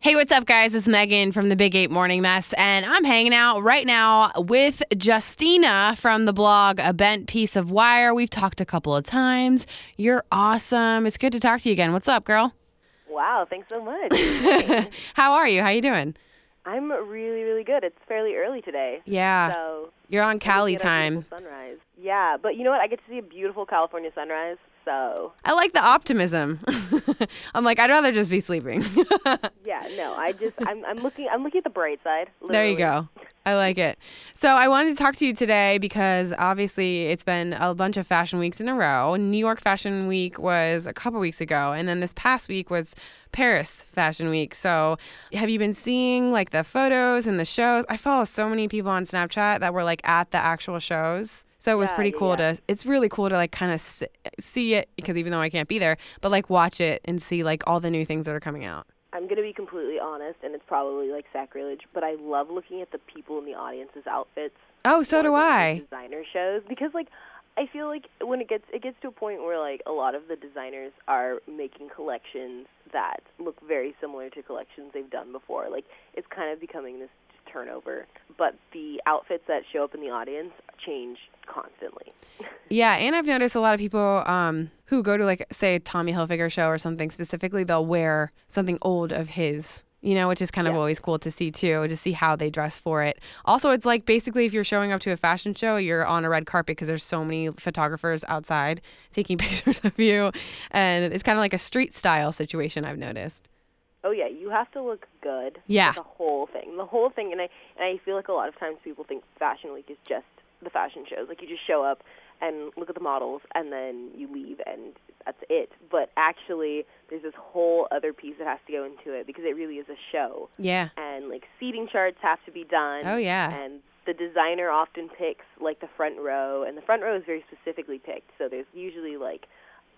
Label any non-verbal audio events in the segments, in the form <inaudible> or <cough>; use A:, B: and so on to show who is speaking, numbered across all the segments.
A: Hey, what's up, guys? It's Megan from the Big Eight Morning Mess, and I'm hanging out right now with Justina from the blog A Bent Piece of Wire. We've talked a couple of times. You're awesome. It's good to talk to you again. What's up, girl?
B: Wow, thanks so much.
A: <laughs> How are you? How you doing?
B: I'm really, really good. It's fairly early today.
A: Yeah,
B: So
A: you're on Cali
B: we get our
A: time.
B: beautiful Sunrise. Yeah, but you know what? I get to see a beautiful California sunrise. So
A: I like the optimism. <laughs> I'm like, I'd rather just be sleeping. <laughs>
B: yeah, no, I just I'm I'm looking I'm looking at the bright side.
A: There you
B: literally.
A: go. I like it. So I wanted to talk to you today because obviously it's been a bunch of fashion weeks in a row. New York Fashion Week was a couple weeks ago, and then this past week was Paris Fashion Week. So have you been seeing like the photos and the shows? I follow so many people on Snapchat that were like at the actual shows. So it was
B: Yeah,
A: pretty
B: yeah,
A: cool
B: yeah.
A: to. It's really cool to like kind of s- see it because even though I can't be there, but like watch it and see like all the new things that are coming out.
B: I'm gonna be completely honest, and it's probably like sacrilege, but I love looking at the people in the audience's outfits.
A: Oh, so
B: more
A: do
B: than the
A: I.
B: Designer shows because like I feel like when it gets it gets to a point where like a lot of the designers are making collections that look very similar to collections they've done before. Like it's kind of becoming this turnover, but the outfits that show up in the audience change constantly. <laughs>
A: Yeah, and I've noticed a lot of people um, who go to like say a Tommy Hilfiger show or something specifically, they'll wear something old of his, you know, which is kind of always cool to see too, to see how they dress for it. Also, it's like basically if you're showing up to a fashion show, you're on a red carpet because there's so many photographers outside taking <laughs> pictures of you, and it's kind of like a street style situation. I've noticed.
B: Oh yeah, you have to look good.
A: Yeah.
B: The whole thing. The whole thing and I and I feel like a lot of times people think fashion week is just the fashion shows. Like you just show up and look at the models and then you leave and that's it. But actually there's this whole other piece that has to go into it because it really is a show
A: Yeah.
B: and like seating charts have to be done.
A: Oh yeah.
B: And the designer often picks like the front row, and the front row is very specifically picked. So there's usually like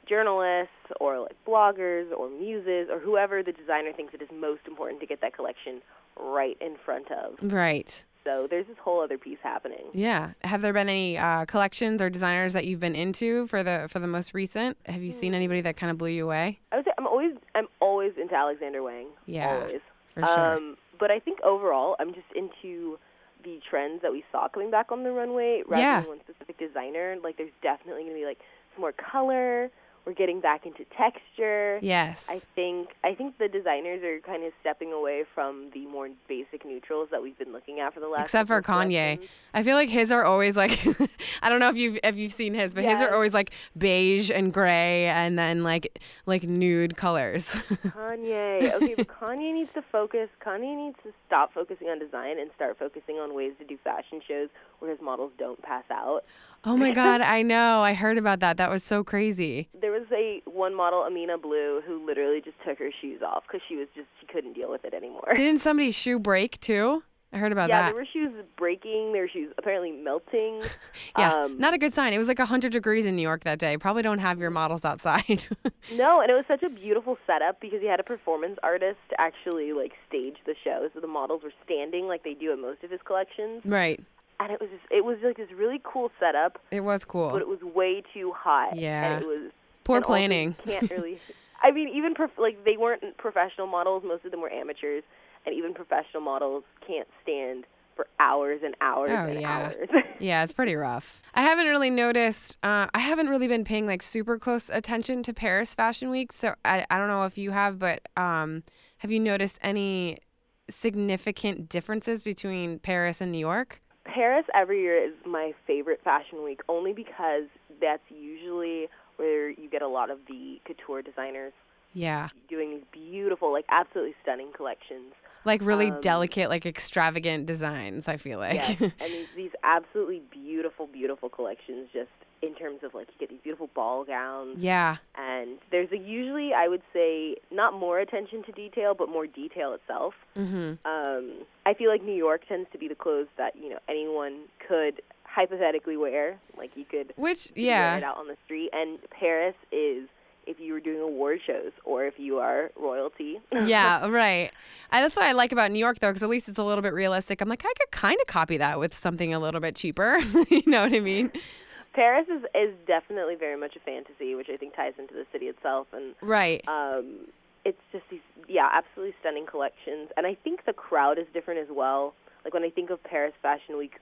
B: journalists or like bloggers or muses or whoever the designer thinks it is most important to get that collection right in front of.
A: Right.
B: So there's this whole other piece happening.
A: Yeah. Have there been any uh, collections or designers that you've been into for the for the most recent? Have you seen anybody that kind of blew you away?
B: I would say I'm always I'm always into Alexander Wang.
A: Yeah,
B: Always.
A: For sure.
B: Um, but I think overall, I'm just into the trends that we saw coming back on the runway rather
A: Yeah.
B: than one specific designer. Like, there's definitely going to be like some more color. We're getting back into texture.
A: yes.
B: I think I think the designers are kind of stepping away from the more basic neutrals that we've been looking at for the last.
A: Except for
B: couple of
A: Kanye.
B: collections.
A: I feel like his are always like <laughs> I don't know if you've if you've seen his, but his
B: Yes.
A: are always like beige and gray and then like like nude colors. <laughs>
B: Kanye. Okay, but Kanye needs to focus. Kanye needs to stop focusing on design and start focusing on ways to do fashion shows where his models don't pass out.
A: oh
B: <laughs>
A: my god, I know. I heard about that. That was so crazy.
B: There was a one model, Amina Blue, who literally just took her shoes off because she was just she couldn't deal with it anymore.
A: Didn't somebody's shoe break too? I heard about
B: yeah,
A: that.
B: there were shoes breaking. There were shoes apparently
A: <laughs>
B: melting.
A: yeah,
B: um,
A: not a good sign. It was like 100 degrees in New York that day. Probably don't have your models outside. <laughs>
B: no, and it was such a beautiful setup because he had a performance artist actually like stage the show, so the models were standing like they do at most of his collections,
A: right.
B: and it was just, it was like this really cool setup,
A: It was
B: but
A: cool.
B: it was way too hot.
A: Yeah.
B: and it was
A: Poor
B: and also you
A: planning.
B: <laughs>
A: <laughs>
B: can't really. I mean, even prof- like they weren't professional models. Most of them were amateurs, and even professional models can't stand for hours and hours
A: Oh,
B: and
A: yeah.
B: hours. <laughs>
A: Yeah, it's pretty rough. I haven't really noticed. Uh, I haven't really been paying like super close attention to Paris Fashion Week, so I, I don't know if you have, but um, have you noticed any significant differences between Paris and New York?
B: Paris every year is my favorite fashion week, only because that's usually where you get a lot of the couture designers
A: Yeah,
B: doing these beautiful, like absolutely stunning
A: <laughs>
B: collections.
A: like really
B: Um,
A: delicate, like extravagant designs. I feel like.
B: Yes, and these, these absolutely beautiful, beautiful collections. Just in terms of like you get these beautiful ball
A: <laughs>
B: gowns.
A: yeah.
B: and there's a usually I would say not more attention to detail, but more detail itself.
A: hmm
B: Um, I feel like New York tends to be the clothes that you know anyone could hypothetically wear, like you could
A: Which
B: wear
A: yeah,
B: it out <laughs> on the street. And Paris is if you were doing award shows or if you are royalty.
A: yeah, right. I, that's what I like about New York though, because at least it's a little bit realistic. I'm like, I could kind of copy that with something a little bit cheaper. <laughs> you know what I mean?
B: <laughs> Paris is is definitely very much a fantasy, which I think ties into the city itself and
A: Right.
B: um, it's just these yeah absolutely stunning collections and i think the crowd is different as well like when i think of paris fashion week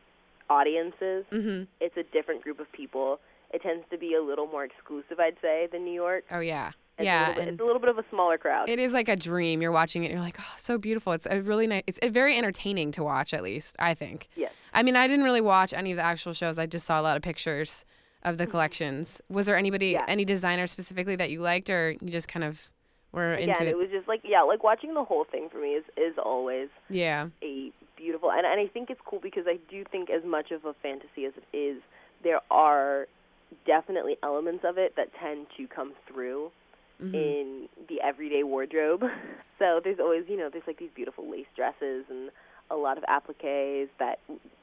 B: audiences
A: hmm
B: it's a different group of people it tends to be a little more exclusive i'd say than new york
A: Oh yeah,
B: it's a
A: yeah.
B: little bit,
A: and-
B: it's a little bit of a smaller crowd
A: It is like a dream. You're watching it. And you're like, oh, so beautiful. It's a really nice. It's a very entertaining to watch, at least I think.
B: Yes.
A: I mean, I didn't really watch any of the actual shows. I just saw a lot of pictures of the collections. Was there anybody,
B: Mm-hmm. Yeah.
A: any designer specifically that you liked, or you just kind of were
B: again
A: into
B: it
A: it?
B: was just like yeah like watching the whole thing for me is is always
A: Yeah.
B: a beautiful and, and I think it's cool because I do think as much of a fantasy as it is, there are definitely elements of it that tend to come through
A: Mhm.
B: in the everyday wardrobe. <laughs> So there's always, you know, there's like these beautiful lace dresses and a lot of appliques that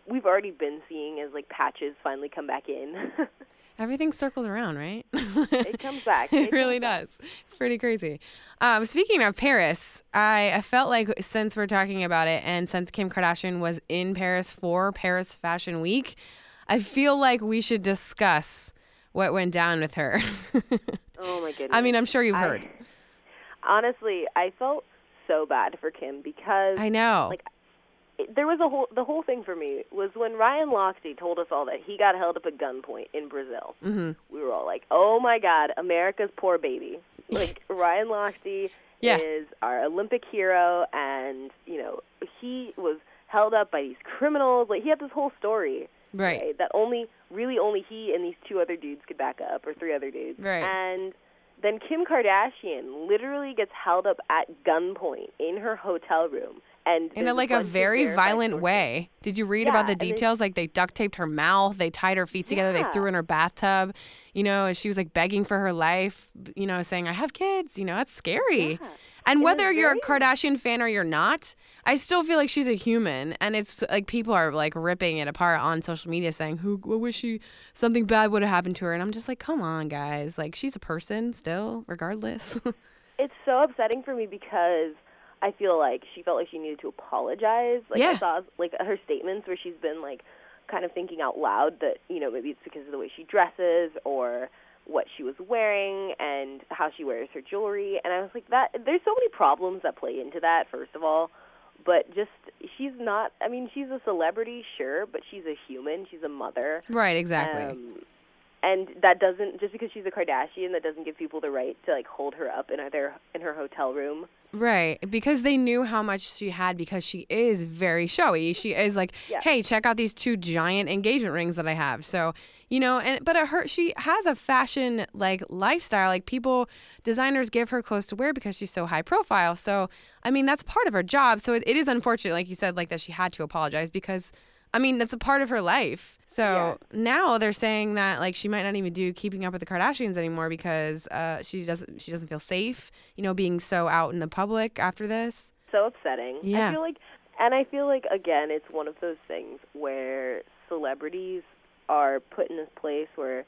B: we've already been seeing as like patches finally come
A: <laughs>
B: back in. <laughs>
A: Everything circles around, right? <laughs>
B: it comes back.
A: It really
B: comes back.
A: does. It's pretty crazy. Um, speaking of Paris, I, I felt like since we're talking about it and since Kim Kardashian was in Paris for Paris Fashion Week, I feel like we should discuss what went down with her. <laughs>
B: Oh my goodness.
A: I mean, I'm sure you've
B: I-
A: heard.
B: honestly, I felt so bad for Kim because
A: I know.
B: like, it- there was a whole the whole thing for me was when Ryan Lochte told us all that he got held up at gunpoint in Brazil.
A: hmm
B: We were all like, "Oh my God, America's poor baby!" Like Ryan Lochte
A: Yeah.
B: is our Olympic hero, and you know he was held up by these criminals. Like he had this whole story
A: Right.
B: right, that only really only he and these two other dudes could back up, or three other dudes.
A: Right.
B: And then Kim Kardashian literally gets held up at gunpoint in her hotel room, and
A: In
B: there's
A: a, like a
B: bunch of
A: very
B: verified
A: violent
B: sources.
A: way. Did you read
B: Yeah,
A: about the
B: and they-
A: details? like they duct taped her mouth, they tied her feet together, they
B: Yeah.
A: threw her in her bathtub, you know, and she was like begging for her life, b- you know, saying, I have kids, you know, that's scary.
B: Yeah.
A: And
B: was
A: whether you're a
B: very-
A: Kardashian fan or you're not, I still feel like she's a human. And it's like people are like ripping it apart on social media saying, who I wish she something bad would have happened to her. And I'm just like, come on, guys. Like she's a person still, regardless. <laughs>
B: It's so upsetting for me because I feel like she felt like she needed to apologize. Like
A: Yeah.
B: I saw like her statements where she's been like kind of thinking out loud that, you know, maybe it's because of the way she dresses or what she was wearing and how she wears her jewelry and I was like that there's so many problems that play into that first of all but just she's not I mean she's a celebrity sure but she's a human she's a mother
A: right, exactly.
B: um, and that doesn't just because she's a Kardashian, that doesn't give people the right to like hold her up in their in her hotel room.
A: Right, because they knew how much she had because she is very showy. She is like,
B: Yeah.
A: "Hey, check out these two giant engagement rings that I have." So, you know, and but her she has a fashion like lifestyle. Like people designers give her clothes to wear because she's so high profile. So, I mean, that's part of her job. So, it, it is unfortunate like you said like that she had to apologize because I mean, that's a part of her life. So
B: Yeah.
A: now they're saying that like she might not even do keeping up with the Kardashians anymore because uh, she doesn't she doesn't feel safe, you know, being so out in the public after this.
B: So upsetting.
A: Yeah.
B: I feel like, and I feel like again, it's one of those things where celebrities are put in this place where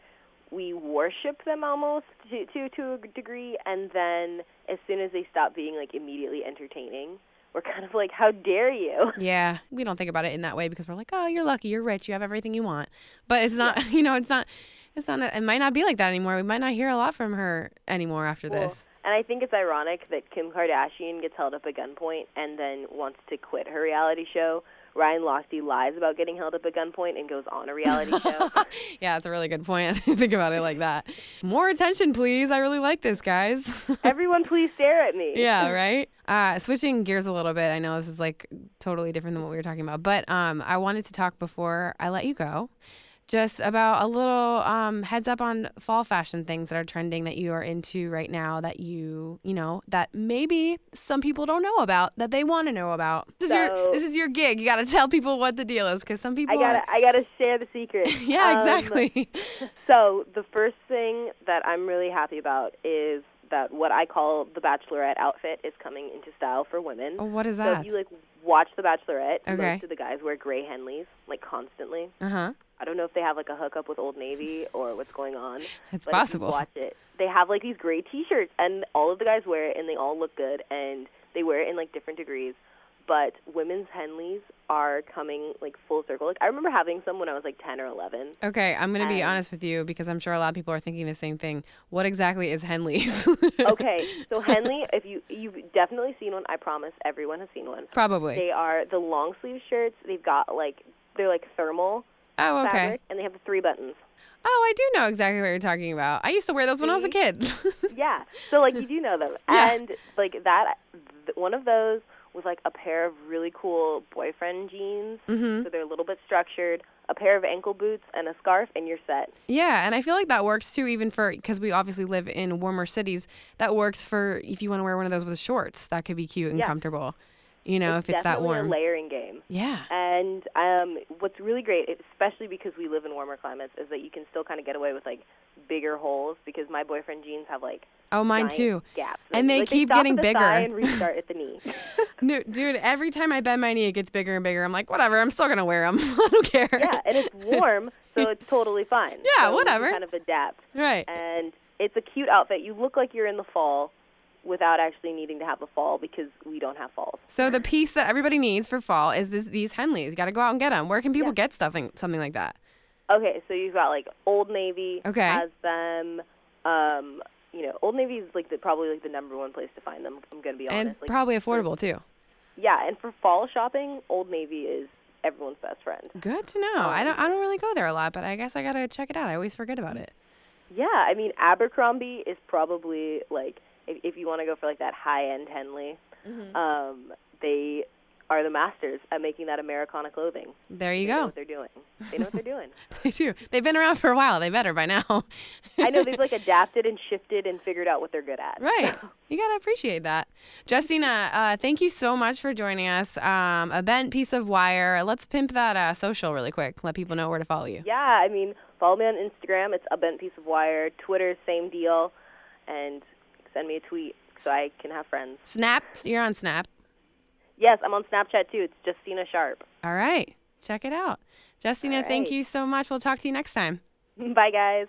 B: we worship them almost to to to a degree, and then as soon as they stop being like immediately entertaining, we're kind of like, how dare you?
A: Yeah, we don't think about it in that way because we're like, oh, you're lucky, you're rich, you have everything you want. But it's not, <laughs> you know, it's not, it's not. It might not be like that anymore. We might not hear a lot from her anymore after
B: Well,
A: this. <laughs>
B: And I think it's ironic that Kim Kardashian gets held up at gunpoint and then wants to quit her reality show. Ryan Lochte lies about getting held up at gunpoint and goes on a reality
A: <laughs>
B: show.
A: yeah, that's a really good point. <laughs> I didn't think about it like that. More attention, please. I really like this, guys. <laughs>
B: Everyone, please stare at me.
A: yeah, right. Uh, switching gears a little bit. I know this is like totally different than what we were talking about, but um, I wanted to talk before I let you go, just about a little um, heads up on fall fashion things that are trending that you are into right now that you you know that maybe some people don't know about that they want to know about. This is your
B: So-
A: this is your gig. You got to tell people what the deal is because some
B: I
A: people
B: gotta,
A: are-
B: I gotta share the secret.
A: <laughs> yeah,
B: Um, <laughs>
A: exactly.
B: So the first thing that I'm really happy about is that what I call the bachelorette outfit is coming into style for women.
A: what is
B: so
A: Oh, that?
B: if you like watch the Bachelorette,
A: Okay.
B: most of the guys wear gray Henleys like constantly.
A: uh huh.
B: I don't know if they have like a hookup with Old Navy or what's going on.
A: It's
B: but if you
A: possible.
B: Watch it. They have like these gray T-shirts, and all of the guys wear it, and they all look good, and they wear it in like different degrees. but women's Henleys are coming like full circle. Like I remember having some when I was like 10 or 11.
A: <laughs> Okay, I'm going to be
B: And-
A: honest with you because I'm sure a lot of people are thinking the same thing. What exactly is Henley's?
B: Okay, so Henley, if you you've definitely seen one, I promise everyone has seen one.
A: <laughs> Probably.
B: They are the long sleeve shirts. They've got like they're like thermal
A: oh, okay.
B: fabric and they have the three buttons.
A: Oh, I do know exactly what you're talking about. I used to wear those when I was a
B: See?
A: kid. <laughs>
B: Yeah. So like you do know them.
A: Yeah.
B: And like that th- one of those was like a pair of really cool boyfriend jeans.
A: hmm
B: So they're a little bit structured, a pair of ankle boots and a scarf and you're set.
A: Yeah, and I feel like that works too, even for because we obviously live in warmer cities. That works for if you want to wear one of those with shorts. That could be cute and
B: Yeah.
A: comfortable. You know, if it's that
B: definitely
A: warm.
B: a layering game.
A: yeah.
B: And um, what's really great, especially because we live in warmer climates, is that you can still kind of get away with like bigger holes because my boyfriend jeans have like
A: Oh, mine
B: giant
A: too.
B: gaps,
A: And they
B: like,
A: keep
B: stop
A: getting
B: at the
A: bigger.
B: thigh and restart at
A: <laughs>
B: the knee.
A: No, dude, every time I bend my knee, it gets bigger and bigger. I'm like, whatever. I'm still gonna wear them. <laughs> I don't care.
B: yeah, and it's warm, so it's totally fine.
A: Yeah,
B: So you can
A: whatever.
B: Kind of adapt,
A: <laughs> Right.
B: and it's a cute outfit. You look like you're in the fall, without actually needing to have a fall because we don't have falls.
A: So the piece that everybody needs for fall is this, these Henleys. You got to go out and get them. Where can people
B: Yeah.
A: get something something like that?
B: Okay, so you've got like Old Navy
A: Okay.
B: has them. Um, you know, Old Navy is like the, probably like the number one place to find them. I'm gonna be honest.
A: and
B: Like,
A: probably affordable too.
B: yeah, and for fall shopping, Old Navy is everyone's best friend.
A: Good to know. I don't I don't really go there a lot, but I guess I gotta check it out. I always forget about it.
B: Yeah, I mean Abercrombie is probably like if, if you want to go for like that high end Henley,
A: Mm-hmm.
B: um, they are the masters at making that Americana clothing.
A: There you
B: They know
A: go.
B: what they're doing. They know what
A: <laughs>
B: they're doing.
A: They do. They've been around for a while. They better by now. <laughs>
B: I know they've like adapted and shifted and figured out what they're good at.
A: Right. You got to appreciate that. Justina, uh, thank you so much for joining us. Um, event piece of wire. Let's pimp that uh, social really quick. Let people know where to follow you.
B: <laughs> Yeah, I mean, follow me on Instagram. It's a bent piece of wire. Twitter, same deal, and send me a tweet so I can have friends.
A: Snap. You're on Snap.
B: Yes, I'm on Snapchat too. It's Justina Sharp. <laughs>
A: All right. Check it out. Justina,
B: All
A: thank
B: right.
A: you so much. We'll talk to you next time.
B: Bye, guys.